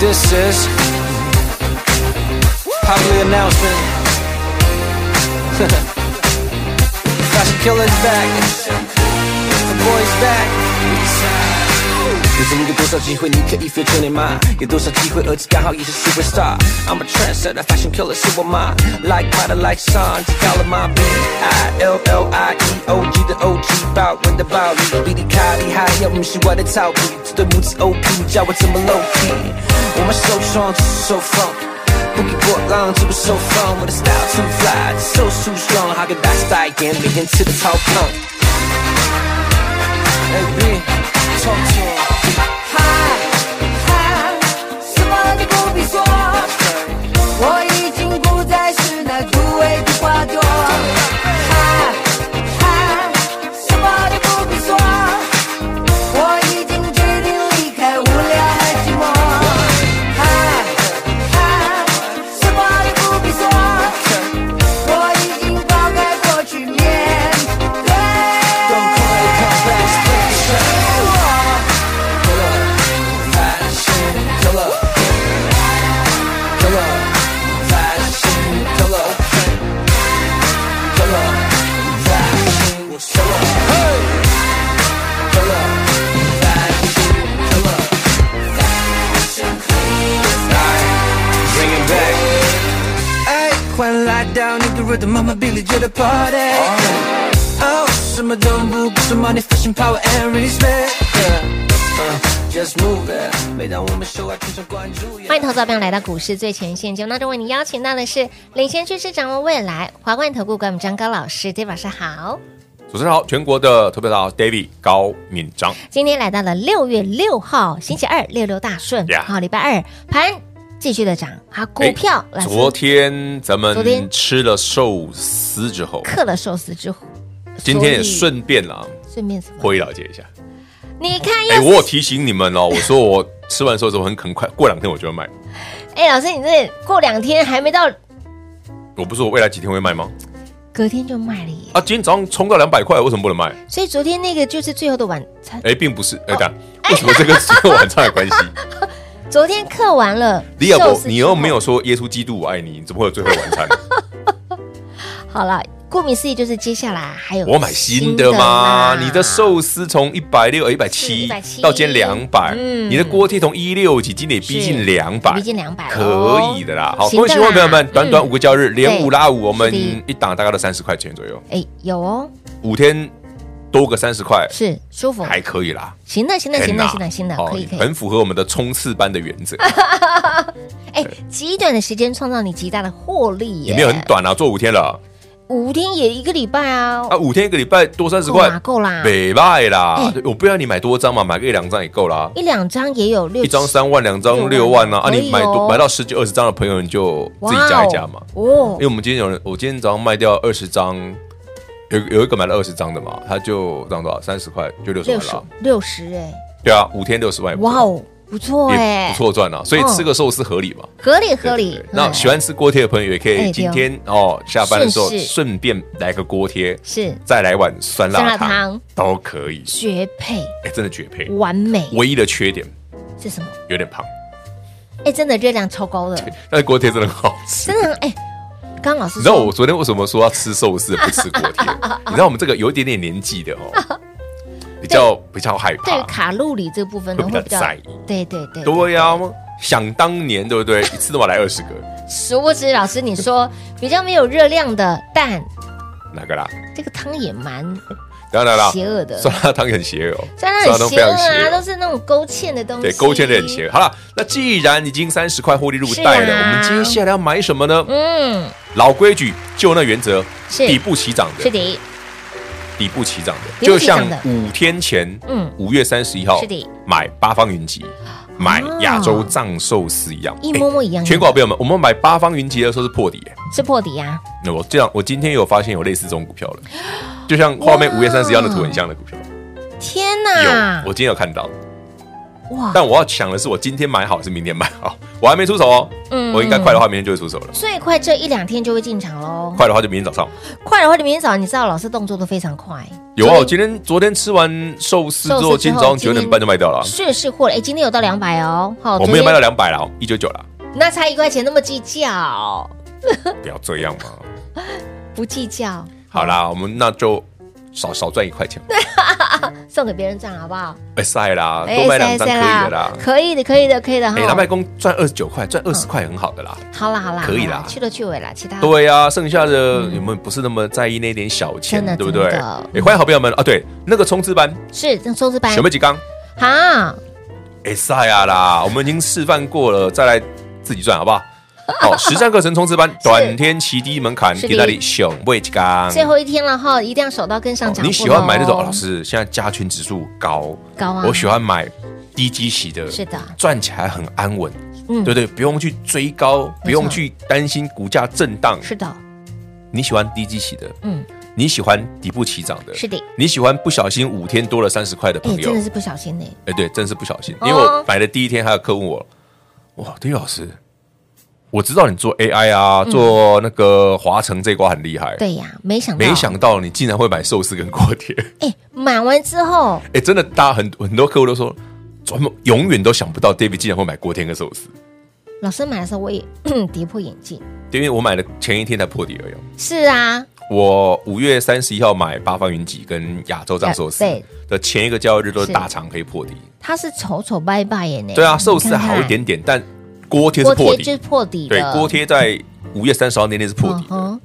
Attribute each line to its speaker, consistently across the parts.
Speaker 1: This is public announcement. Fashion killer's back. The boy's back. 人生有多少机会你可以 feature 你吗？有多少机会儿子刚好也是 super star？I'm a trendsetter, fashion killer 是我妈。Like my like sun，知道了吗？B I L L I E O G 的 O G，豹纹的暴力，比你卡厉害，要不是我的草皮，这对母子 O P，叫我怎么 low key？我们受创，只是受放。不给波浪，这不受放。我的 style too fly，so too strong，还跟大时代一样，每天吃的超胖。哎，B，创作。
Speaker 2: 嗨嗨，什么都不必说，我已经不再是那枯萎的花朵。嗨嗨，什么都不必说，我已经决定离开无聊和寂寞。嗨嗨，什么都不必说，我已经抛开过去面对。
Speaker 1: Don't call it complex, take a shot. Killer, fashion killer. Killer, fashion killer. Killer, fashion killer. Hey! Killer, fashion killer. Alright, bring it back. 哎，快来到你的 rhythm，妈妈比利觉的 party。哦，什么都不顾，什么 money fashion power and respect。Just move it，每当我们秀爱，全场关注。
Speaker 3: 欢迎投资者朋友来到股市最前线节目当中，为您邀请到的是领先趋势、掌握未来华冠投顾管理张高老师，David 老师好。
Speaker 4: 主持人好，全国的特别大 David 高敏章，
Speaker 3: 今天来到了六月六号星期二，六六大顺，
Speaker 4: Yeah
Speaker 3: 好，礼拜二盘继续的涨，好，股票
Speaker 4: 哎
Speaker 3: 来自
Speaker 4: 昨天咱
Speaker 3: 昨天
Speaker 4: 们吃了寿司之后，
Speaker 3: 克了寿司之后，
Speaker 4: 今天也
Speaker 3: 所以
Speaker 4: 顺便啦，
Speaker 3: 顺便什么？
Speaker 4: 会了解一下。
Speaker 3: 你看
Speaker 4: 哎、
Speaker 3: 又
Speaker 4: 我有
Speaker 3: 是
Speaker 4: 提醒你们哦，我说我吃完寿司我很很快，过两天我就要卖。
Speaker 3: 哎、老师，你这过两天还没到，
Speaker 4: 我不是我未来几天会卖吗？
Speaker 3: 隔天就卖了耶。
Speaker 4: 啊，今天早上冲到两百块，为什么不能卖？
Speaker 3: 所以昨天那个就是最后的晚餐，
Speaker 4: 哎、并不是，
Speaker 3: 哦
Speaker 4: 哎、等下为什么这个这个晚餐 有关系？
Speaker 3: 昨天刻完了寿司
Speaker 4: 李
Speaker 3: 之
Speaker 4: 亚
Speaker 3: 后。
Speaker 4: 博，你又没有说耶稣基督我爱你，你怎么会有最后晚餐？
Speaker 3: 好了，顾名思义就是接下来还有
Speaker 4: 我买新的嘛，你的寿司从一百六、一百七
Speaker 3: 170
Speaker 4: 到今天两百，
Speaker 3: 嗯
Speaker 4: 你的锅贴从一六几，今天也逼近两百，
Speaker 3: 逼近200
Speaker 4: 可以的啦。好，
Speaker 3: 行的啦
Speaker 4: 恭喜各位朋友们，
Speaker 3: 嗯
Speaker 4: 短短五个交易日，连
Speaker 3: 对
Speaker 4: 五拉五，我们
Speaker 3: 是的
Speaker 4: 一档大概都三十块钱左右，
Speaker 3: 哎、有哦，
Speaker 4: 五天多个三十块，
Speaker 3: 是舒服，
Speaker 4: 还可以啦。
Speaker 3: 行的行的行
Speaker 4: 天
Speaker 3: 的
Speaker 4: 哪
Speaker 3: 行的行的，
Speaker 4: 哦
Speaker 3: 可以可以。
Speaker 4: 很符合我们的冲刺班的原则，
Speaker 3: 哎、极短的时间创造你极大的获利耶，
Speaker 4: 也没有很，短啊，做五天
Speaker 3: 哦
Speaker 4: 了
Speaker 3: 五天也一个礼拜啊，
Speaker 4: 啊，五天一个礼拜多三十
Speaker 3: 够
Speaker 4: 块
Speaker 3: 啦，够啦，
Speaker 4: 北卖啦
Speaker 3: 哎。
Speaker 4: 我不要你买多张嘛，买个一两张也够啦。
Speaker 3: 一两张也有六
Speaker 4: 一张
Speaker 3: 七
Speaker 4: 三万，两张
Speaker 3: 六
Speaker 4: 六
Speaker 3: 万
Speaker 4: 万啊！啊，
Speaker 3: 可以
Speaker 4: 你买
Speaker 3: 哦
Speaker 4: 多买到十几二十张的朋友，你就自己加一加嘛。
Speaker 3: 哇哦，
Speaker 4: 因
Speaker 3: 哦
Speaker 4: 为我们今天有人，我今天早上卖掉二十张，有有一个买了二十张的嘛，他就涨多少？三十块就六十
Speaker 3: 六
Speaker 4: 万
Speaker 3: 十
Speaker 4: 了啊。
Speaker 3: 六十哎，
Speaker 4: 对啊，五天六十万也不错，
Speaker 3: 哇哦，不错
Speaker 4: 也
Speaker 3: 哎、
Speaker 4: 不错赚啊。所以吃个寿司合理嘛？
Speaker 3: 合理合理
Speaker 4: 对对对。那
Speaker 3: 嗯
Speaker 4: 喜欢吃锅贴的朋友也可
Speaker 3: 哎对哦
Speaker 4: 以今天哦下班的时候
Speaker 3: 顺势
Speaker 4: 顺便来个锅贴，
Speaker 3: 是
Speaker 4: 再来碗酸
Speaker 3: 酸
Speaker 4: 辣
Speaker 3: 辣汤
Speaker 4: 汤都可以。
Speaker 3: 绝配
Speaker 4: 哎，真的绝配。
Speaker 3: 完美
Speaker 4: 唯一的缺点
Speaker 3: 是什么？
Speaker 4: 有点胖，
Speaker 3: 哎、真的热量超高的，
Speaker 4: 但是锅贴真的很好吃。
Speaker 3: 真的哎。刚刚老师
Speaker 4: 你知道
Speaker 3: 说
Speaker 4: 我，昨天为什么说要吃寿司不吃锅 贴？你知道我们这个有一点点年纪的哦，比较比较害
Speaker 3: 对于
Speaker 4: 怕，
Speaker 3: 卡路里这部分呢，
Speaker 4: 会比
Speaker 3: 会
Speaker 4: 较
Speaker 3: 比较
Speaker 4: 在意
Speaker 3: 对对对，
Speaker 4: 对呀、想当年对不对？一次都要来二十个，
Speaker 3: 殊不知老师你 说比较没有热量的蛋，
Speaker 4: 哪个啦？
Speaker 3: 这个汤也蛮
Speaker 4: 当然啦，
Speaker 3: 邪恶的
Speaker 4: 酸辣汤很邪恶哦，
Speaker 3: 虽然很
Speaker 4: 汤
Speaker 3: 邪恶啊，都是那种勾芡的东西，
Speaker 4: 哦对，勾芡的很邪恶。啊好了，那既然已经三十块获利入袋
Speaker 3: 是
Speaker 4: 了，
Speaker 3: 啊
Speaker 4: 我们接下来要买什么呢？
Speaker 3: 嗯，
Speaker 4: 老规矩，就那原则，
Speaker 3: 是
Speaker 4: 底部起涨
Speaker 3: 是
Speaker 4: 的，
Speaker 3: 的，
Speaker 4: 底部起涨的，
Speaker 3: 底部
Speaker 4: 就
Speaker 3: 起涨
Speaker 4: 像
Speaker 3: 的
Speaker 4: 五天前，
Speaker 3: 嗯
Speaker 4: 嗯，五月三十一号，
Speaker 3: 是的
Speaker 4: 买八方云集，买亚洲藏寿司一样，
Speaker 3: 一模模一样
Speaker 4: 哎全国好朋友们，我们买八方云集的时候是破底、哎
Speaker 3: 是破底啊，
Speaker 4: 那我这样，我今天有发现有类似这种股票了，就像画面五月三十一号的图很像的股票，
Speaker 3: 天
Speaker 4: 有
Speaker 3: 哪，！
Speaker 4: 我今天有看到。
Speaker 3: 啊哇，
Speaker 4: 但我要抢的是，我今天买好还是明天买好？ 我还没出手哦。
Speaker 3: 嗯
Speaker 4: 我应该快的话，明天就会出手了。
Speaker 3: 最快这一两天就会进场喽。
Speaker 4: 快的话就明天早上。
Speaker 3: 快的话，你明天早上你知道老师动作都非常快，
Speaker 4: 有啊，我今天昨天吃完寿司之
Speaker 3: 寿
Speaker 4: 后，
Speaker 3: 司之后
Speaker 4: 今天早上九点半就卖掉了啊。
Speaker 3: 是是货了。哎，今天有到两百哦，好
Speaker 4: 我没有卖到
Speaker 3: 到，
Speaker 4: 两百了，一九九了，
Speaker 3: 那差一块钱那么计较，
Speaker 4: 不要这样嘛。
Speaker 3: 不计较，
Speaker 4: 好啦，我们那就少少赚一块钱，
Speaker 3: 送给别人赚好不好？哎
Speaker 4: 哎塞啦，多卖两张可以的啦。
Speaker 3: 可以的，可以的，可以的
Speaker 4: 哎，南
Speaker 3: 哈
Speaker 4: 麦。公赚二十九块，赚二十块很好的啦。
Speaker 3: 好啦好啦，
Speaker 4: 可以
Speaker 3: 好
Speaker 4: 啦
Speaker 3: 去头去尾啦，其他
Speaker 4: 对呀、剩下的你们不是那么在意那点小钱
Speaker 3: 嗯真的，
Speaker 4: 对不对？
Speaker 3: 真的
Speaker 4: 也欢迎好朋友们啊，对，那个冲刺班
Speaker 3: 是这收支班
Speaker 4: 选不几缸，
Speaker 3: 好，
Speaker 4: 哎塞呀啦，我们已经示范过了，再来自己赚好不好？好，实战课程冲刺 班，短天期低门槛，
Speaker 3: 是的
Speaker 4: 给那里选不几缸。
Speaker 3: 最后一天了哈，一定要手到跟上
Speaker 4: 哦
Speaker 3: 脚步
Speaker 4: 你喜欢买那种、
Speaker 3: 喽
Speaker 4: 哦老师现在加权指数高
Speaker 3: 高啊
Speaker 4: 我喜欢买低基息的，
Speaker 3: 是的
Speaker 4: 赚起来很安稳，
Speaker 3: 嗯
Speaker 4: 对不对？不用去追高，不用去担心股价震荡。
Speaker 3: 是的，哎
Speaker 4: 你喜欢低基息的，
Speaker 3: 嗯，
Speaker 4: 你喜欢底部起涨的，
Speaker 3: 是的
Speaker 4: 你喜欢不小心五天多了三十块的
Speaker 3: 哎，
Speaker 4: 朋友
Speaker 3: 真的，是不小心呢。
Speaker 4: 哎，对，真是不小心，
Speaker 3: 哦
Speaker 4: 因为我买的第一天，还有客问我，哇，丁宇老师，我知道你做 AI 啊，做那个华城这一瓜很厉害，，
Speaker 3: 嗯对呀，没想到，
Speaker 4: 没，想到你竟然会买寿司跟锅贴，
Speaker 3: 哎，买完之后，
Speaker 4: 哎，真的，大家很很多客户都说。专门永远都想不到，David 竟然会买锅贴跟寿司，
Speaker 3: 老师买的时候我也 跌破眼镜。
Speaker 4: 因为我买的前一天才破底而已哦。
Speaker 3: 是啊，
Speaker 4: 我五月三十一号买八方云集跟亚洲藏寿司
Speaker 3: 呃对
Speaker 4: 的前一个交易日都
Speaker 3: 是
Speaker 4: 是大长黑破底，
Speaker 3: 它是丑丑拜拜耶呢。
Speaker 4: 对啊，寿司
Speaker 3: 你看看
Speaker 4: 好一点，点，但锅贴是
Speaker 3: 锅
Speaker 4: 破
Speaker 3: 贴就是
Speaker 4: 底，
Speaker 3: 破底的，
Speaker 4: 对，锅贴在五月三十号那天是破底
Speaker 3: 嗯
Speaker 4: 的。
Speaker 3: 哼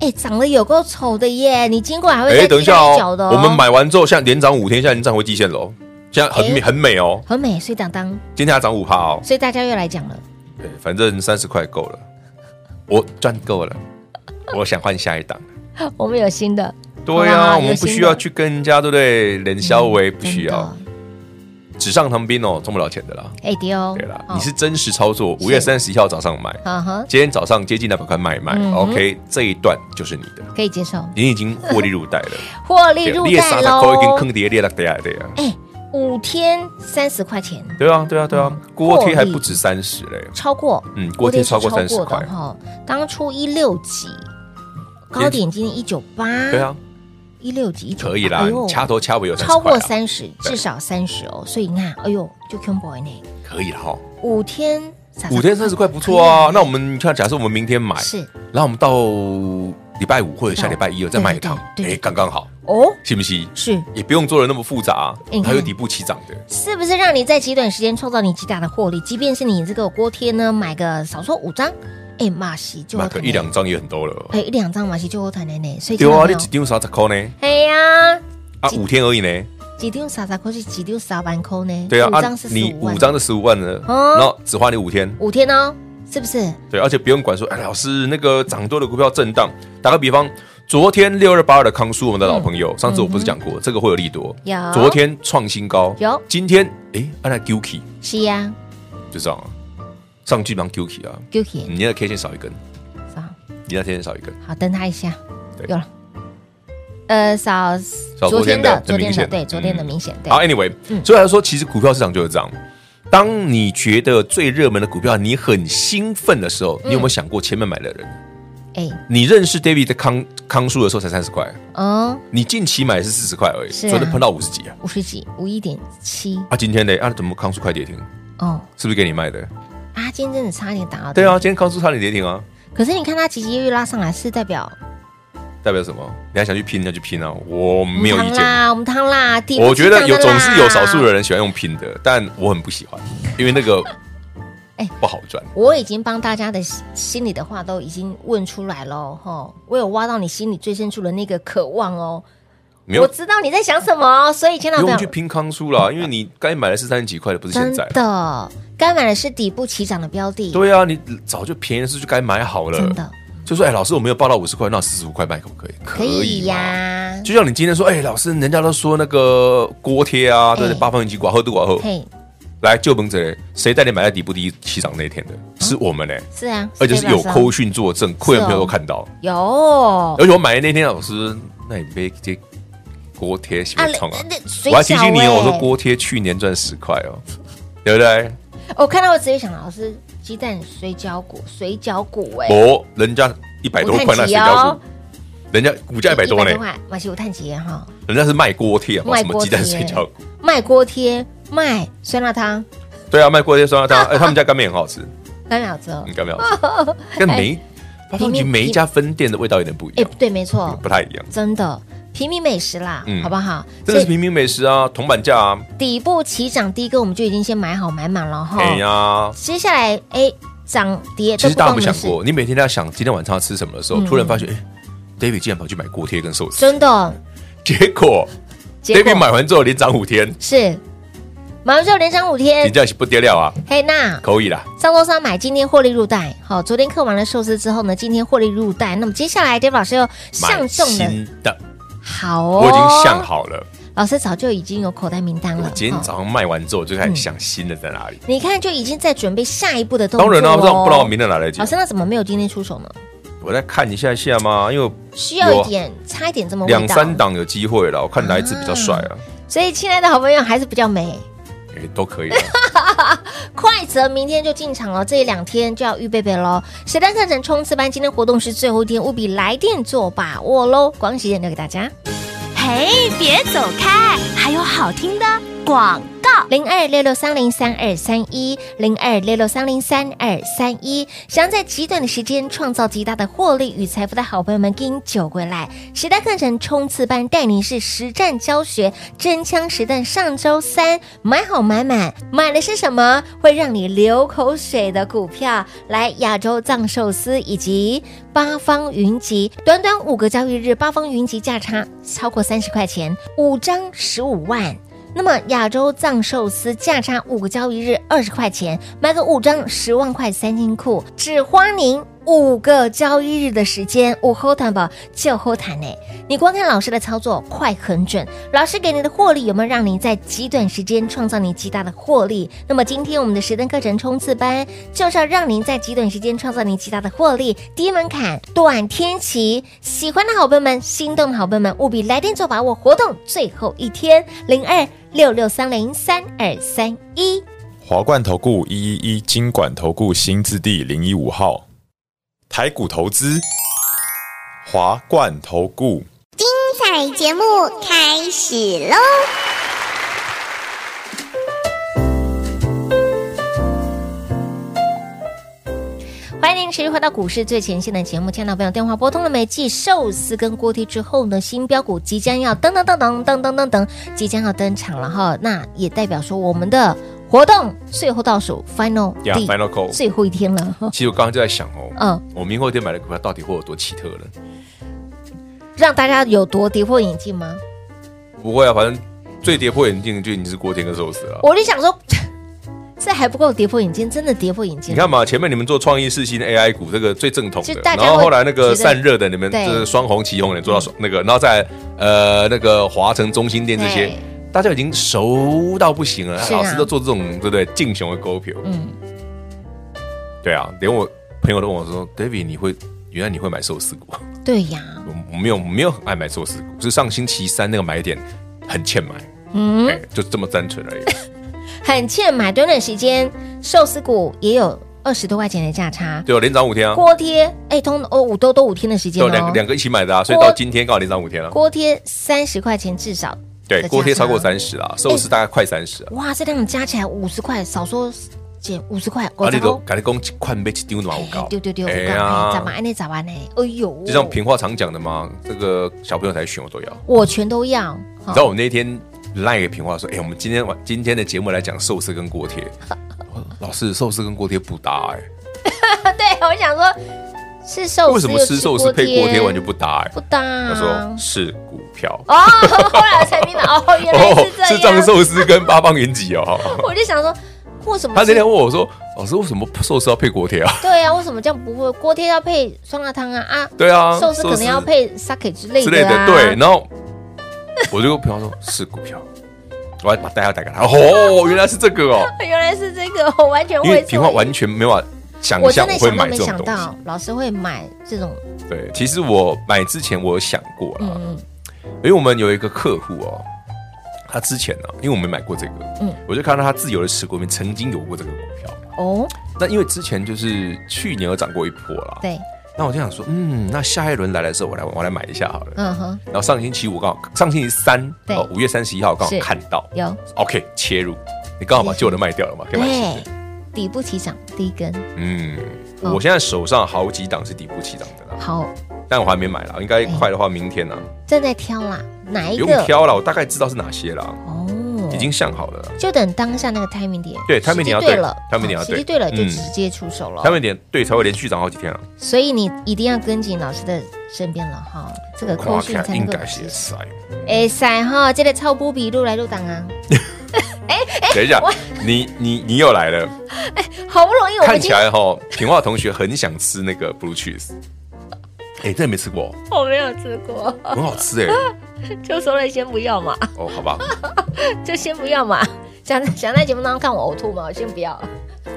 Speaker 3: 哎，长得有够丑的耶！你经过还会
Speaker 4: 哎，
Speaker 3: 再
Speaker 4: 等一
Speaker 3: 踢
Speaker 4: 下
Speaker 3: 他一脚
Speaker 4: 哦
Speaker 3: 的，
Speaker 4: 我们买完之后，现在连涨五天，现在已经站回季线喽，现在很美
Speaker 3: 哎
Speaker 4: 很美哦，
Speaker 3: 很美，所以当当，
Speaker 4: 今天还涨五趴哦，
Speaker 3: 所以大家又来讲了，
Speaker 4: 对，反正三十块够了，我赚够 了，我想换下一档。
Speaker 3: 我们有新的，
Speaker 4: 对
Speaker 3: 好啦
Speaker 4: 啊，
Speaker 3: 好啦
Speaker 4: 我们
Speaker 3: 有
Speaker 4: 不
Speaker 3: 新
Speaker 4: 需
Speaker 3: 的嗯
Speaker 4: 要去跟人家，对不对？连肖维不需要，
Speaker 3: 真的
Speaker 4: 纸上谈兵哦，赚不了钱的啦。
Speaker 3: 哎丢，
Speaker 4: 对啦，
Speaker 3: 哦
Speaker 4: 你是真实操作，五月三十一号早上买，
Speaker 3: 嗯哼，
Speaker 4: 今天早上接近两百块卖一卖
Speaker 3: 嗯哼
Speaker 4: ，OK，这一段就是你的，
Speaker 3: 可以接受，
Speaker 4: 你已经获利入袋 了，
Speaker 3: 获利
Speaker 4: 对
Speaker 3: 哎入
Speaker 4: 你也
Speaker 3: 袋
Speaker 4: 傻傻扣一根
Speaker 3: 喽
Speaker 4: 坑。跌跌了跌啊跌啊，
Speaker 3: 哎，五天三十块钱，
Speaker 4: 对啊对啊对啊，锅贴
Speaker 3: 嗯获
Speaker 4: 还
Speaker 3: 利
Speaker 4: 不止三十嘞，
Speaker 3: 超过，
Speaker 4: 嗯锅贴超过
Speaker 3: 锅贴是
Speaker 4: 30块
Speaker 3: 的哈，当初一六几，高点今天一九八，
Speaker 4: 对，啊，
Speaker 3: 一六几，198
Speaker 4: 可以啦
Speaker 3: 哎，呦
Speaker 4: 你掐头掐尾有三十
Speaker 3: 超
Speaker 4: 块
Speaker 3: 过
Speaker 4: 啦，
Speaker 3: 三十，
Speaker 4: 对
Speaker 3: 至少三十哦。所以你看，哎呦，就 Q boy 呢，
Speaker 4: 可以了哦哈，
Speaker 3: 五天傻傻
Speaker 4: 五天三十块不错啊，那我们你看，假设我们明天买，
Speaker 3: 是
Speaker 4: 然后我们到礼拜五或者下礼拜一，我再买一趟，
Speaker 3: 对对对
Speaker 4: 哎，刚刚好，
Speaker 3: 哦，
Speaker 4: 信不信？
Speaker 3: 是
Speaker 4: 也不用做的那么复杂啊
Speaker 3: 哎你，看
Speaker 4: 还有底部起涨的，
Speaker 3: 是不是让你在极短时间创造你极大的获利？即便是你这个锅贴呢，买个少说五张，哎，马西就
Speaker 4: 买
Speaker 3: 要
Speaker 4: 个
Speaker 3: 谈
Speaker 4: 一
Speaker 3: 嘞
Speaker 4: 两张也很多了。
Speaker 3: 哎，一两张马西就要谈的呢。所以
Speaker 4: 对
Speaker 3: 听
Speaker 4: 啊，
Speaker 3: 到没
Speaker 4: 你
Speaker 3: 有
Speaker 4: 一张三十块呢？
Speaker 3: 哎呀，
Speaker 4: 啊，五天而已呢。
Speaker 3: 几张三十块是几张三万块呢？
Speaker 4: 对啊，
Speaker 3: 五
Speaker 4: 啊
Speaker 3: 张是，十
Speaker 4: 你
Speaker 3: 五万，
Speaker 4: 五张的十五万呢，
Speaker 3: 哦
Speaker 4: 然后只花你五天。
Speaker 3: 五天哦，是不是？
Speaker 4: 对，而且不用管说，哎，老师那个涨多的股票震荡。打个比方，昨天六二八二的康叔，我们的老朋友，上次我不是讲过，这个会有利多
Speaker 3: 嗯有，
Speaker 4: 昨天创新高，
Speaker 3: 有
Speaker 4: 今天哎，按那 Guki
Speaker 3: 是呀
Speaker 4: 就这样啊，上去帮 Guki 啊，
Speaker 3: ，Gucci，
Speaker 4: 你那 K 线少一根，
Speaker 3: 好，
Speaker 4: 你那 K 线少一根，
Speaker 3: 好，等他一下，
Speaker 4: 嗯对
Speaker 3: 有了。呃，少
Speaker 4: 少
Speaker 3: 昨
Speaker 4: 昨
Speaker 3: 天
Speaker 4: 天
Speaker 3: 的
Speaker 4: 的
Speaker 3: 昨天
Speaker 4: 很明
Speaker 3: 的
Speaker 4: 显
Speaker 3: 对昨天的
Speaker 4: 嗯
Speaker 3: 明显对嗯
Speaker 4: 好，Anyway，所以来说，其实股票市场就是这样。当你觉得最热门的股票你很兴奋的时候，
Speaker 3: 嗯
Speaker 4: 你有没有想过前面买的人？
Speaker 3: 哎
Speaker 4: 你认识 David 的康康叔的时候才三十块，
Speaker 3: 哦
Speaker 4: 你近期买是四十块而已，
Speaker 3: 是啊
Speaker 4: 所以能碰到五十几啊。
Speaker 3: 五十几五一点七
Speaker 4: 啊，今天呢？啊，怎么康叔快跌停？
Speaker 3: 哦
Speaker 4: 是不是给你卖的？
Speaker 3: 啊，今天真的差点打到
Speaker 4: 对啊，今天康叔差点跌停啊，
Speaker 3: 可是你看它急急又拉上来，是代表
Speaker 4: 代表什么？你还想去拼，那就拼啊！我没有
Speaker 3: 我
Speaker 4: 意
Speaker 3: 们汤
Speaker 4: 见。
Speaker 3: 啦，我们汤啦，底部
Speaker 4: 我觉得有
Speaker 3: 是这
Speaker 4: 总
Speaker 3: 样的啦
Speaker 4: 是有少数的人喜欢用拼的，但我很不喜欢，因为那个
Speaker 3: 哎
Speaker 4: 不好赚。
Speaker 3: 我已经帮大家的心心里的话都已经问出来喽，哈，我有挖到你心里最深处的那个渴望哦，
Speaker 4: 没有
Speaker 3: 我知道你在想什么，所以千万
Speaker 4: 不
Speaker 3: 不要
Speaker 4: 用去拼康叔啦，因为你该买的是三十几块的，不是现
Speaker 3: 真
Speaker 4: 在。
Speaker 3: 的，该买的是底部起涨的标的，
Speaker 4: 对啊，你早就便宜的时候就该买好了。
Speaker 3: 真的
Speaker 4: 就说哎，老师我没有报到五十块，那四十五块卖可不可以？
Speaker 3: 可以
Speaker 4: 嘛
Speaker 3: 呀，
Speaker 4: 就像你今天说，哎，老师，人家都说那个锅贴啊，对不
Speaker 3: 哎
Speaker 4: 对，八方云集寡厚都寡厚，
Speaker 3: 嘿，
Speaker 4: 来救本者，谁带你买在底部第一起涨那一天
Speaker 3: 嗯
Speaker 4: 的？是我们呢、
Speaker 3: 是啊，哦
Speaker 4: 而且呃是有
Speaker 3: Stella
Speaker 4: 扣讯作证，会员朋友都看到。
Speaker 3: 有啊
Speaker 4: 而且我买的那天，老师，那你别这锅贴喜欢冲啊！
Speaker 3: 那水
Speaker 4: 我还提
Speaker 3: 饺
Speaker 4: 醒你
Speaker 3: 欸
Speaker 4: 哦，我说锅贴去年赚十块哦，对不对？
Speaker 3: 我看到我直接想，老师鸡蛋水饺股，水饺股哎、
Speaker 4: 哦，人家一百多块那水饺股，人家股哦价一百多呢，
Speaker 3: 呢，买西五碳节哈，
Speaker 4: 人家是卖锅贴啊，
Speaker 3: 卖
Speaker 4: 什么
Speaker 3: 锅
Speaker 4: 鸡
Speaker 3: 贴
Speaker 4: 蛋水饺股？
Speaker 3: 卖锅贴，卖酸辣汤，
Speaker 4: 对啊，卖锅贴酸辣汤，哎，他们家干面很好吃，
Speaker 3: 干秒折。
Speaker 4: 你干 面好吃，但每八方
Speaker 3: 里
Speaker 4: 局
Speaker 3: 面
Speaker 4: 每一家分店的味道有点不一
Speaker 3: 哎、
Speaker 4: 样，
Speaker 3: 对，没错，
Speaker 4: 不太一样。
Speaker 3: 真的平民美食啦，
Speaker 4: 嗯
Speaker 3: 好不好？
Speaker 4: 这个是平民美食啊，铜板价啊，
Speaker 3: 底部起涨低跟我们就已经先买好买满了哈。
Speaker 4: 哎呀，
Speaker 3: 接下来哎涨跌
Speaker 4: 其
Speaker 3: 都
Speaker 4: 实
Speaker 3: 不
Speaker 4: 大家
Speaker 3: 关
Speaker 4: 有
Speaker 3: 我们的事，嗯
Speaker 4: 没有想过，你每天在想今天晚上要吃什么的时候，突然发现，哎，David 竟然跑去买锅贴跟寿司，
Speaker 3: 真的
Speaker 4: 结果
Speaker 3: 结
Speaker 4: David
Speaker 3: 果
Speaker 4: 买完之后连涨五天，
Speaker 3: 是买完之后连涨五
Speaker 4: 你
Speaker 3: 天，
Speaker 4: 这样是不跌料啊，
Speaker 3: 嘿那。
Speaker 4: 可以啦，
Speaker 3: 上周三买，今天获利入袋。好，昨天刻完了寿司之后呢，今天获利入袋。那么接下来，Dave 老师又
Speaker 4: 买
Speaker 3: 上中了，
Speaker 4: 新的，
Speaker 3: 好哦，
Speaker 4: 我已经想好了。
Speaker 3: 老师早就已经有口袋名单
Speaker 4: 我
Speaker 3: 了。
Speaker 4: 今天
Speaker 3: 哦
Speaker 4: 早上卖完之后就开始想新的在哪里。
Speaker 3: 你看就已经在准备下一步的动
Speaker 4: 当
Speaker 3: 作
Speaker 4: 然
Speaker 3: 了
Speaker 4: 啦、
Speaker 3: 哦。
Speaker 4: 不然不然我明天哪来得及
Speaker 3: 老？师，那怎么没有今天出手呢？
Speaker 4: 我再看一下下嘛，因为
Speaker 3: 需要一点，差一点这么味道
Speaker 4: 两三。档有机会了，我看哪一只比较帅啊？
Speaker 3: 所以，亲爱的好朋友，还是比较美。
Speaker 4: 哎、都可以啦。
Speaker 3: 快则明天就进场了，这两天就要预备备喽。谁单课程冲刺班今天活动是最后一天，务必来电做把握喽！光时间留给大家。
Speaker 5: 嘿，别走开，还有好听的广告。
Speaker 3: 零二六六三零三二三一，零二六六三零三二三一。想要在极短的时间创造极大的获利与财富的好朋友们，跟九归来，时代课程冲刺班带您是实战教学，真枪实弹。上周三买好买满，买的是什么？会让你流口水的股票，来亚洲藏寿司以及八方云集，短短五个交易日，八方云集价差超过三十块钱，五张十五万。那么亚洲藏寿司价差五个交易日二十块钱，买个五张十万块三金库，只花您五个交易日的时间，我后谈吧，就后谈呢。你光看老师的操作快很准，老师给你的获利有没有让你在极短时间创造你极大的获利？那么今天我们的实战课程冲刺班就是要让您在极短时间创造你极大的获利，低门槛、短天期，喜欢的好朋友们、心动的好朋友们，务必来电做把握，活动最后一天零二六六三零三二三一。
Speaker 6: 华冠投顾一一一金管投顾新字第零一五号，台股投资，华冠投顾。
Speaker 7: 彩节目开始喽！
Speaker 3: 欢迎您持续回到股市最前线的节目，亲爱的朋友，电话拨通了没？继寿司跟锅贴之后呢，新标股即将要噔噔噔噔噔噔噔噔，即将要登场了哈。那也代表说我们的活动最后倒数 final
Speaker 4: Yeah,
Speaker 3: D
Speaker 4: final call
Speaker 3: 最后一天了 哈，
Speaker 4: 其实我刚刚就在想哦，
Speaker 3: 嗯
Speaker 4: 我明后天买的股票到底会有多奇特呢？
Speaker 3: 让大家有多跌破眼镜吗？
Speaker 4: 不会啊，反正最跌破眼镜的就已经是锅贴跟寿司了。啊
Speaker 3: 我就想说， 这还不够跌破眼镜，真的跌破眼镜。
Speaker 4: 你看嘛，前面你们做创意四新 AI 股，这个最正统
Speaker 3: 其实
Speaker 4: 的，
Speaker 3: 大
Speaker 4: 然
Speaker 3: 家
Speaker 4: 后
Speaker 3: 会
Speaker 4: 后来那个
Speaker 3: 觉得
Speaker 4: 散热的，你们
Speaker 3: 对嗯
Speaker 4: 就是双红、旗红，你做到双那个，然后再来呃那个华城、中心店这些
Speaker 3: 对，
Speaker 4: 大家已经熟到不行了，
Speaker 3: 是啊
Speaker 4: 老师都做这种对不对？敬雄的股票，
Speaker 3: 嗯，
Speaker 4: 对啊，连我朋友都问我说，David，你会原来你会买寿司股？
Speaker 3: 对呀，
Speaker 4: 我我没有我没有很爱买寿司股，就是上星期三那个买点很欠买，
Speaker 3: 嗯，
Speaker 4: 哎、就这么单纯而已。
Speaker 3: 很欠买，短短时间寿司股也有二十多块钱的价差，
Speaker 4: 对、哦，连涨五天啊，
Speaker 3: 锅贴哎，通哦五都都五天的时间
Speaker 4: 对、
Speaker 3: 哦，
Speaker 4: 两个两个一起买的啊，所以
Speaker 3: 锅
Speaker 4: 到今天刚好连涨五天了、啊。
Speaker 3: 锅贴三十块钱至少，
Speaker 4: 对，锅贴超过
Speaker 3: 三，
Speaker 4: 三十啦，寿司大概快三十啊。
Speaker 3: 哇，这两个加起来五十块，少说减五十块，
Speaker 4: 啊，
Speaker 3: 我
Speaker 4: 你都赶紧讲一款被丢暖我高，
Speaker 3: 丢丢丢，
Speaker 4: 哎
Speaker 3: 哎呀，咋
Speaker 4: 呀
Speaker 3: 办？，哎，那咋办呢？哎呦，
Speaker 4: 就像平话常讲的嘛，这个小朋友才选我都要。你
Speaker 3: 我全都要，好
Speaker 4: 知道我那天赖给平话说，哎，我们今天晚今天的节目来讲寿司跟锅贴， 我说老师寿司跟锅贴不搭哎，
Speaker 3: 对，我想说吃寿司
Speaker 4: 为什么
Speaker 3: 又
Speaker 4: 吃寿司配锅贴完全
Speaker 3: 不
Speaker 4: 不搭哎
Speaker 3: 不？搭啊？
Speaker 4: 他说是股票。
Speaker 3: 哦，后来我才明白，哦，原 来是这
Speaker 4: 是
Speaker 3: 样
Speaker 4: 藏，寿司跟八方云集哦。
Speaker 3: 我就想说。为什么
Speaker 4: 他
Speaker 3: 是？
Speaker 4: 那天问我说：“老师，为什么寿司要配锅贴啊
Speaker 3: 对啊，为什么这样不会？锅贴要配酸辣汤啊啊？”，
Speaker 4: 对啊，
Speaker 3: 寿司可能要配 sake 之类
Speaker 4: 之类
Speaker 3: 的啊
Speaker 4: 的，对。然后我就跟朋友说：“是股票。”我要把代号打给他。哦，原来是这个哦，
Speaker 3: 原来是这个， 我完全
Speaker 4: 因为
Speaker 3: 会
Speaker 4: 平
Speaker 3: 错
Speaker 4: 花。完全没有办法想
Speaker 3: 我
Speaker 4: 象
Speaker 3: 真的
Speaker 4: 我会
Speaker 3: 想都
Speaker 4: 买
Speaker 3: 没
Speaker 4: 这种
Speaker 3: 想
Speaker 4: 东西。
Speaker 3: 到，老师会买这种，
Speaker 4: 对，其实我买之前我有想过啦，
Speaker 3: 嗯
Speaker 4: 因为我们有一个客户哦，他之前呢、因为我没买过这个，
Speaker 3: 嗯
Speaker 4: 我就看到他自由的持股里面曾经有过这个股票。
Speaker 3: 哦，
Speaker 4: 那因为之前就是去年有涨过一波啦，
Speaker 3: 对，
Speaker 4: 那我就想说，嗯，那下一轮来的时候，我来我来买一下好了。
Speaker 3: 嗯哼，
Speaker 4: 然后上星期五刚好，上星期三
Speaker 3: 对
Speaker 4: 哦，五月三十一号刚好
Speaker 3: 是
Speaker 4: 看到
Speaker 3: 有
Speaker 4: ，OK 切入，你刚好把旧的卖掉了嘛，可以买新的
Speaker 3: 对。，底部起涨第一根，
Speaker 4: 嗯，
Speaker 3: 哦
Speaker 4: 我现在手上好几档是底部起涨的啦，
Speaker 3: 好，
Speaker 4: 但我还没买啦，应该快的话明天啦，啊
Speaker 3: 正在挑啦，哪
Speaker 4: 不
Speaker 3: 一
Speaker 4: 用
Speaker 3: 个？
Speaker 4: 挑啦，我大概知道是哪些啦，
Speaker 3: 哦，
Speaker 4: 已经想好了啦。
Speaker 3: 就等当下那个 timing 点，
Speaker 4: 对，timing
Speaker 3: 时机
Speaker 4: 点要
Speaker 3: 对
Speaker 4: 对
Speaker 3: 了
Speaker 4: ，timing 点
Speaker 3: 好
Speaker 4: 要
Speaker 3: 时机
Speaker 4: 对
Speaker 3: 对了就
Speaker 4: 嗯
Speaker 3: 直接出手了
Speaker 4: 他。们点对才会连续涨好几天啊，
Speaker 3: 所以你一定要跟紧老师的身边了哈，这个扣讯才能
Speaker 4: 应
Speaker 3: 够
Speaker 4: 该是 塞。
Speaker 3: 哎塞哈，这个超波比录来录档啊，哎
Speaker 4: 等一下，你你你又来了，
Speaker 3: 好不容易我们
Speaker 4: 看
Speaker 3: 已
Speaker 4: 起
Speaker 3: 经
Speaker 4: 来哈，平化同学很想吃那个 blue cheese，哎，真的没 吃过，
Speaker 3: 我没有吃过，
Speaker 4: 很好吃哎。
Speaker 3: 就说了先不要嘛，
Speaker 4: 哦，好吧，
Speaker 3: 就先不要嘛。 想想在节目当中看我呕吐吗？我先不要，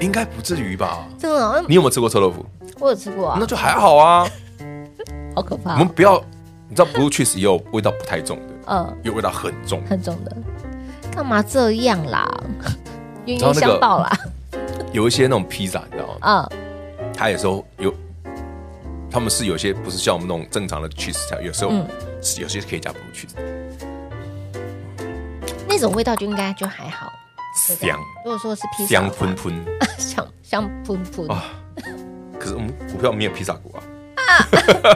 Speaker 4: 应该不至于吧？
Speaker 3: 真的哦，
Speaker 4: 你有没有吃过臭豆腐？
Speaker 3: 我有吃过啊
Speaker 4: 那，就还好啊。
Speaker 3: 好可怕
Speaker 4: 我
Speaker 3: 哦
Speaker 4: 们，不要，你知道 blue cheese 也有味道不太重的，
Speaker 3: 嗯，
Speaker 4: 有味道很重。
Speaker 3: 很重的，干嘛这样 啦？冤
Speaker 4: 知道
Speaker 3: 冤
Speaker 4: 那个
Speaker 3: 相报啦，
Speaker 4: 有一些那种披萨，你知道吗？
Speaker 3: 嗯，
Speaker 4: 它有时候有，他们是有些不是像我们那种正常的 cheese 酱，有时候
Speaker 3: 嗯
Speaker 4: 是有些可以加 blue cheese，
Speaker 3: 那种味道就应该就还好。对不对
Speaker 4: 香
Speaker 3: 如果说是披萨的
Speaker 4: 香
Speaker 3: 话，
Speaker 4: 喷喷。
Speaker 3: 香香喷喷，
Speaker 4: 啊可是我们股票没有披萨股啊，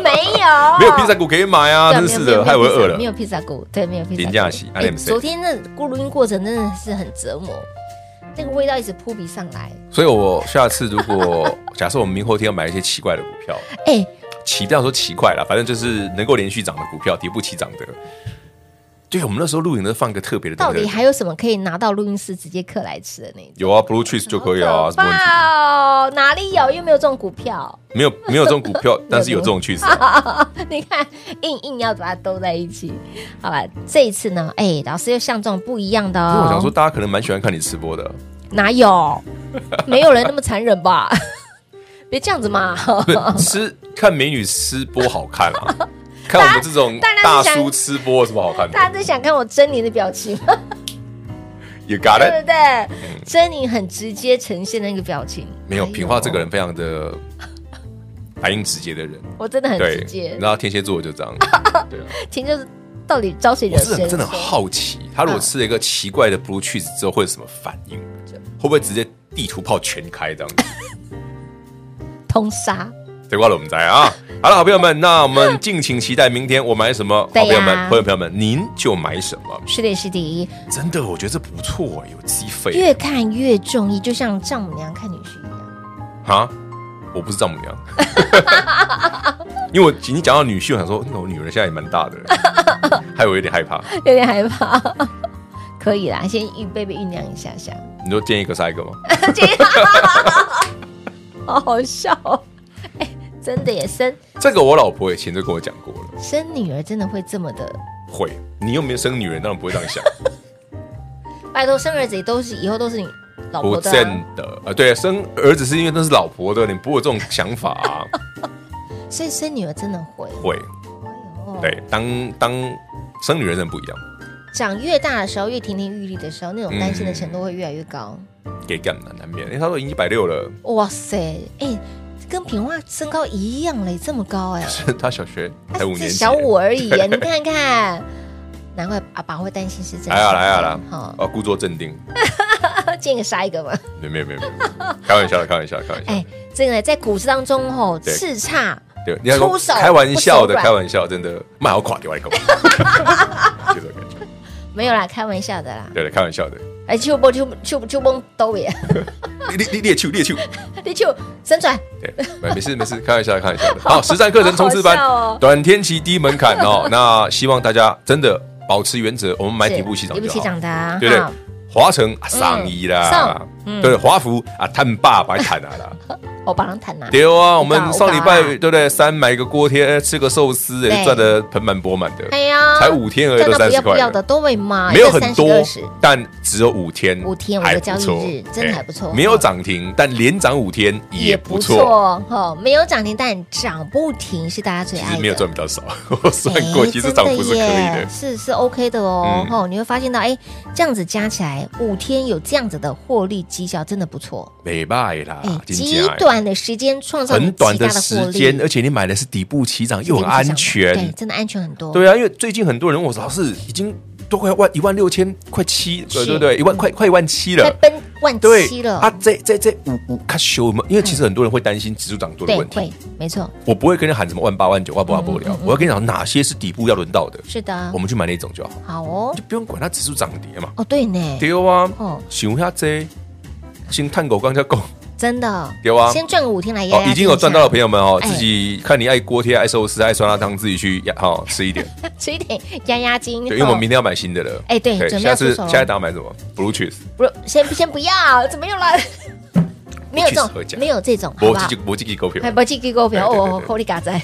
Speaker 3: 没有，
Speaker 4: 没有披萨股可以买啊，
Speaker 3: 哦对
Speaker 4: 真
Speaker 3: 没有
Speaker 4: 是
Speaker 3: 没有
Speaker 4: 的，害我饿了
Speaker 3: 没。有披萨骨，对，没有披萨骨。
Speaker 4: 林嘉琪
Speaker 3: 哎
Speaker 4: IMC
Speaker 3: 昨天那咕噜音过程真的是很折磨，那个味道一直扑鼻上来。
Speaker 4: 所以我下次如果 假设我们明后天要买一些奇怪的股票，
Speaker 3: 哎，
Speaker 4: 奇不要说奇怪了，反正就是能够连续涨的股票，跌不起涨的。对，我们那时候录影都放一个特别的
Speaker 3: 到
Speaker 4: 东西，
Speaker 3: 底还有什么可以拿到录音室直接刻来吃的那种？
Speaker 4: 有啊，blue cheese 就可以啊，什么问题？
Speaker 3: 哇哦，哪里有？又没有这种股票。
Speaker 4: 没有没有这种股票，但是有这种趋势啊、
Speaker 3: 你看，硬硬要把它兜在一起，好吧？这一次呢，哎，老师又像这种不一样的
Speaker 4: 因为
Speaker 3: 哦。
Speaker 4: 我想说，大家可能蛮喜欢看你吃播的，啊
Speaker 3: 哪有？没有人那么残忍吧？ 别这样子 嘛！
Speaker 4: 不是吃看美女吃播好看 啊，看我们这种
Speaker 3: 当然
Speaker 4: 大
Speaker 3: 是想
Speaker 4: 叔吃播有什么好看的
Speaker 3: 大家在想看我狰狞的表情，
Speaker 4: ？You got
Speaker 3: 对
Speaker 4: it？
Speaker 3: 不对？珍妮很直接呈现那个表情。
Speaker 4: 嗯没有，
Speaker 3: 哎呦
Speaker 4: 平花这个人非常的反应直接的人，
Speaker 3: 我真的很直
Speaker 4: 对，
Speaker 3: 接
Speaker 4: 然，后天蝎座就这 样，对啊，
Speaker 3: 其实就是到底招谁惹
Speaker 4: 我是
Speaker 3: 谁？
Speaker 4: 很真的很好奇，他如
Speaker 3: 嗯
Speaker 4: 果吃了一个奇怪的 blue cheese 之后会有什么反应？会不会直接地图炮全开这样子？
Speaker 3: 通杀，
Speaker 4: 这挂了我们在啊！好了，好朋友们，那我们敬请期待明天我买什么。
Speaker 3: 对
Speaker 4: 好
Speaker 3: 呀
Speaker 4: 朋友们，朋友朋友们，您就买什么。
Speaker 3: 是的，是的，
Speaker 4: 真的，我觉得这不错，欸有机会
Speaker 3: 越看越中意，就像丈母娘看女婿一样。
Speaker 4: 啊！我不是丈母娘， 因为我你讲到女婿，我想说，那我女儿现在也蛮大的， 害我有点害怕。
Speaker 3: 有点害怕。 可以啦，先预备备酝酿一下下，
Speaker 4: 你说见一个杀一个吗？
Speaker 3: 好好笑、哦。 哎，真的耶，生
Speaker 4: 这个我老婆以前就跟我讲过了，
Speaker 3: 生女儿真的会这么的。
Speaker 4: 会。你又没有生女人，当然不会这样想。
Speaker 3: 拜托，生儿子也都是以后都是你老
Speaker 4: 不
Speaker 3: 婆的、
Speaker 4: 正
Speaker 3: 啊，
Speaker 4: 的，呃，对，生儿子是因为那是老婆的，你不会有这种想法、啊，
Speaker 3: 所以生女儿真的会。
Speaker 4: 会。
Speaker 3: 哦
Speaker 4: 对，当当生女人真的不一样，
Speaker 3: 长越大的时候，越亭亭玉立的时候，那种担心的程度会越来越高。
Speaker 4: 给干难难免。因为他都已经一百六了，
Speaker 3: 哇塞，哎、跟平花身高一样嘞，这么高哎、
Speaker 4: 他小学才五
Speaker 3: 他
Speaker 4: 年
Speaker 3: 是
Speaker 4: 级，
Speaker 3: 小我而已耶，你看看，难怪阿爸会担心是真的。
Speaker 4: 来啊来啊来啊，
Speaker 3: 好
Speaker 4: 啊，故作镇定。
Speaker 3: 见个杀一 个嘛。
Speaker 4: 没有没有没有，没有开玩笑的，开玩笑的，开玩笑
Speaker 3: 哎
Speaker 4: 的。，
Speaker 3: 这个在股市当中吼，
Speaker 4: 对
Speaker 3: 叱咤
Speaker 4: 对，你要说
Speaker 3: 出手
Speaker 4: 开玩笑
Speaker 3: 不手
Speaker 4: 的，
Speaker 3: 软
Speaker 4: 开玩笑，真的卖好垮 掉一个。就这种感觉
Speaker 3: 没有啦，开玩笑的啦。
Speaker 4: 对对，开玩笑的，
Speaker 3: 哎，秋波秋秋秋崩兜耶，
Speaker 4: 猎猎猎球猎球，
Speaker 3: 你秋伸出来，
Speaker 4: 对，哎没没事没事，开玩笑的，开玩 笑的。好，实战课程冲刺班
Speaker 3: 好好笑哦，
Speaker 4: 短天期低门槛哦。那希望大家真的保持原则，我们买
Speaker 3: 是
Speaker 4: 底部起涨
Speaker 3: 底部
Speaker 4: 就
Speaker 3: 起
Speaker 4: 好
Speaker 3: 涨，的啊，
Speaker 4: 对不对
Speaker 3: 哈？
Speaker 4: 华城啊上衣啦
Speaker 3: 上，嗯
Speaker 4: 对，华服啊探爸 白谈啊啦。
Speaker 3: 我帮人谈呐。
Speaker 4: 对啊，我们
Speaker 3: 我搞
Speaker 4: 上礼
Speaker 3: 啊
Speaker 4: 拜对不对？三买个锅贴，哎吃个寿司，哎
Speaker 3: 对
Speaker 4: 赚的盆满钵满的。
Speaker 3: 哎呀，啊，
Speaker 4: 才五天而已，
Speaker 3: 赚
Speaker 4: 都
Speaker 3: 到
Speaker 4: 三
Speaker 3: 不
Speaker 4: 十
Speaker 3: 要
Speaker 4: 块
Speaker 3: 不
Speaker 4: 了，
Speaker 3: 要的都会买，
Speaker 4: 没有
Speaker 3: 一个
Speaker 4: 很
Speaker 3: 30
Speaker 4: 多
Speaker 3: 个20，
Speaker 4: 但只有五天，
Speaker 3: 五天
Speaker 4: 还
Speaker 3: 五个交易
Speaker 4: 不错
Speaker 3: 日真的
Speaker 4: 哎
Speaker 3: 还不错
Speaker 4: 没有涨停，但连涨五天也不错。
Speaker 3: 哈、没有涨停但涨不停是大家最
Speaker 4: 其
Speaker 3: 爱
Speaker 4: 实
Speaker 3: 的。
Speaker 4: 没有赚比较少， 我算过，
Speaker 3: 哎
Speaker 4: 其实涨幅是可以
Speaker 3: 真耶
Speaker 4: 的。
Speaker 3: 是是 OK 的哦。
Speaker 4: 嗯
Speaker 3: 吼、你会发现到，哎，这样子加起来五天有这样子的获利绩效，真的不错。
Speaker 4: 没败啦
Speaker 3: 哎，，
Speaker 4: 啊真
Speaker 3: 极
Speaker 4: 的
Speaker 3: 短的时间创造
Speaker 4: 很短
Speaker 3: 极大
Speaker 4: 的
Speaker 3: 的
Speaker 4: 时
Speaker 3: 获利
Speaker 4: 间，而且你买的是底部起涨，又很
Speaker 3: 这点是
Speaker 4: 安
Speaker 3: 对，
Speaker 4: 全。
Speaker 3: 真的安全很多。
Speaker 4: 对啊，因为最近很多人问我说，老师已经都快万一万六千，快七，
Speaker 3: 是嗯
Speaker 4: 呃对不对？一万快快一万七
Speaker 3: 快
Speaker 4: 了。
Speaker 3: 奔万
Speaker 4: 对
Speaker 3: 七了，嗯
Speaker 4: 啊，这这这五五卡修嘛，因为其实很多人会担心指数涨多的
Speaker 3: 对，
Speaker 4: 问题
Speaker 3: 会，，嗯没错，
Speaker 4: 我不会跟你喊什么万八万九万八不了，我要跟你讲哪些是底部要轮到的，
Speaker 3: 是的
Speaker 4: 我，们去买那种就好，
Speaker 3: 好哦
Speaker 4: 就，不用管它指数涨跌嘛。
Speaker 3: 哦，对呢，
Speaker 4: 对啊
Speaker 3: 哦，
Speaker 4: 想下这先探狗刚才讲，
Speaker 3: 真的，
Speaker 4: 对啊
Speaker 3: 先赚个五天来压
Speaker 4: 哦
Speaker 3: 压，
Speaker 4: 已经有赚到的朋友们哦，
Speaker 3: 哎
Speaker 4: 自己看你爱锅贴、爱寿司、爱酸辣汤，自己去压 哦吃一点。
Speaker 3: 友， 吃一点压压惊。
Speaker 4: 对，因为我们
Speaker 3: 哦
Speaker 4: 明天要买新的了。
Speaker 3: 哎对准备要
Speaker 4: 下次
Speaker 3: 出手了
Speaker 4: 下一档买什么？Blue Cheese，
Speaker 3: 不是，先先不要，怎么又来？没有这
Speaker 4: 不去合家
Speaker 3: 种，没有这种，好
Speaker 4: 国
Speaker 3: 不好
Speaker 4: 际？国际股票
Speaker 3: 还。不记给股票
Speaker 4: 对对对
Speaker 3: 哦，
Speaker 4: 对
Speaker 3: 扣你嘎仔，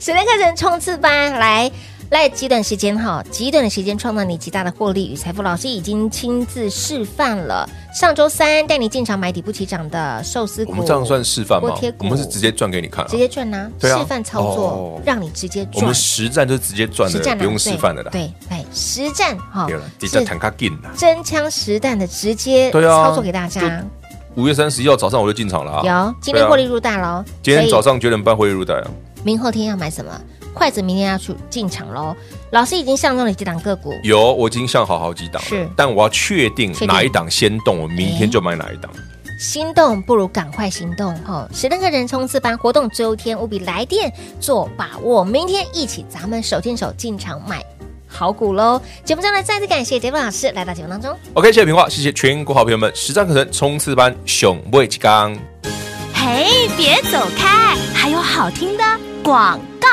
Speaker 3: 时代课程冲刺班来。来极短时间哈，极短的时间创造你极大的获利与财富。老师已经亲自示范了，上周三带你进场买底部起涨的寿司股，
Speaker 4: 我们这样算示范吗
Speaker 3: 锅贴？股
Speaker 4: 我们是直接赚给你看啊
Speaker 3: 直，接赚呐、
Speaker 4: 对啊
Speaker 3: 示范操作、
Speaker 4: 哦
Speaker 3: 让你直接
Speaker 4: 我
Speaker 3: 赚
Speaker 4: 们，实战就直接赚
Speaker 3: 实战
Speaker 4: 的，
Speaker 3: 啊
Speaker 4: 不用示范的啦。
Speaker 3: 对对，哎实战哈
Speaker 4: 对了，，直接
Speaker 3: 是
Speaker 4: 坦卡进啦。
Speaker 3: 真枪实弹的直接
Speaker 4: 对啊
Speaker 3: 操作给大
Speaker 4: 就
Speaker 3: 家。
Speaker 4: 五月三十一号早上我就进场了啊。
Speaker 3: 有今天获利
Speaker 4: 对啊，
Speaker 3: 入袋喽，
Speaker 4: 今天
Speaker 3: 所以
Speaker 4: 早上九点半获利入袋啊。
Speaker 3: 明后天要买什么？筷子明天要去进场喽。老师已经上中了几档个股，
Speaker 4: 有，我已经上好好几档了，
Speaker 3: 是
Speaker 4: 但我要确定
Speaker 3: 确定哎
Speaker 4: 哪一档先动，我明天就买哪一档。
Speaker 3: 心动不如赶快行动吼！十那个人冲刺班活动最后一天，务必来电做把握。明天一起，咱们手牵手进场买好股喽！节目中呢，再次感谢杰夫老师来到节目当中。
Speaker 4: OK，谢谢平话，谢谢全国好朋友们，实战课程冲刺班熊未吉刚。
Speaker 5: 嘿，别走开，还有好听的广告。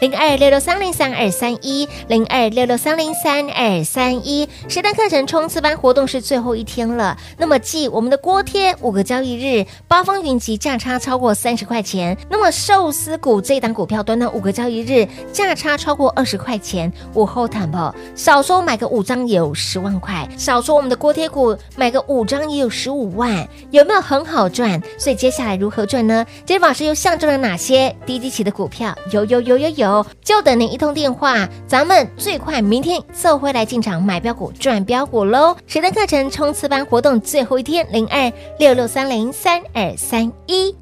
Speaker 3: 零二六六三零三二三一，零二六六三零三二三一。实战课程冲刺班活动是最后一天了，那么继我们的锅贴五个交易日，八方云集价差超过三十块钱，那么寿司股这档股票短短五个交易日价差超过二十块钱，午后坦报少说买个五张也有十万块，少说我们的锅贴股买个五张也有十五万，有没有很好赚？所以接下来如何赚呢？杰夫老师又相中了哪些低基期的股票？有有有有有，就等您一通电话，咱们最快明天凑回来进场买标股赚标股喽！谁的课程冲刺班活动最后一天，零二六六三零三二三一。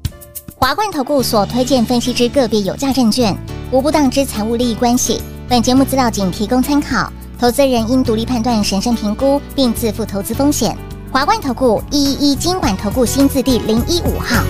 Speaker 7: 华冠投顾所推荐分析之个别有价证券，无不当之财务利益关系。本节目资料仅提供参考，投资人应独立判断、审慎评估，并自负投资风险。华冠投顾一一一金管投顾新字第零一五号。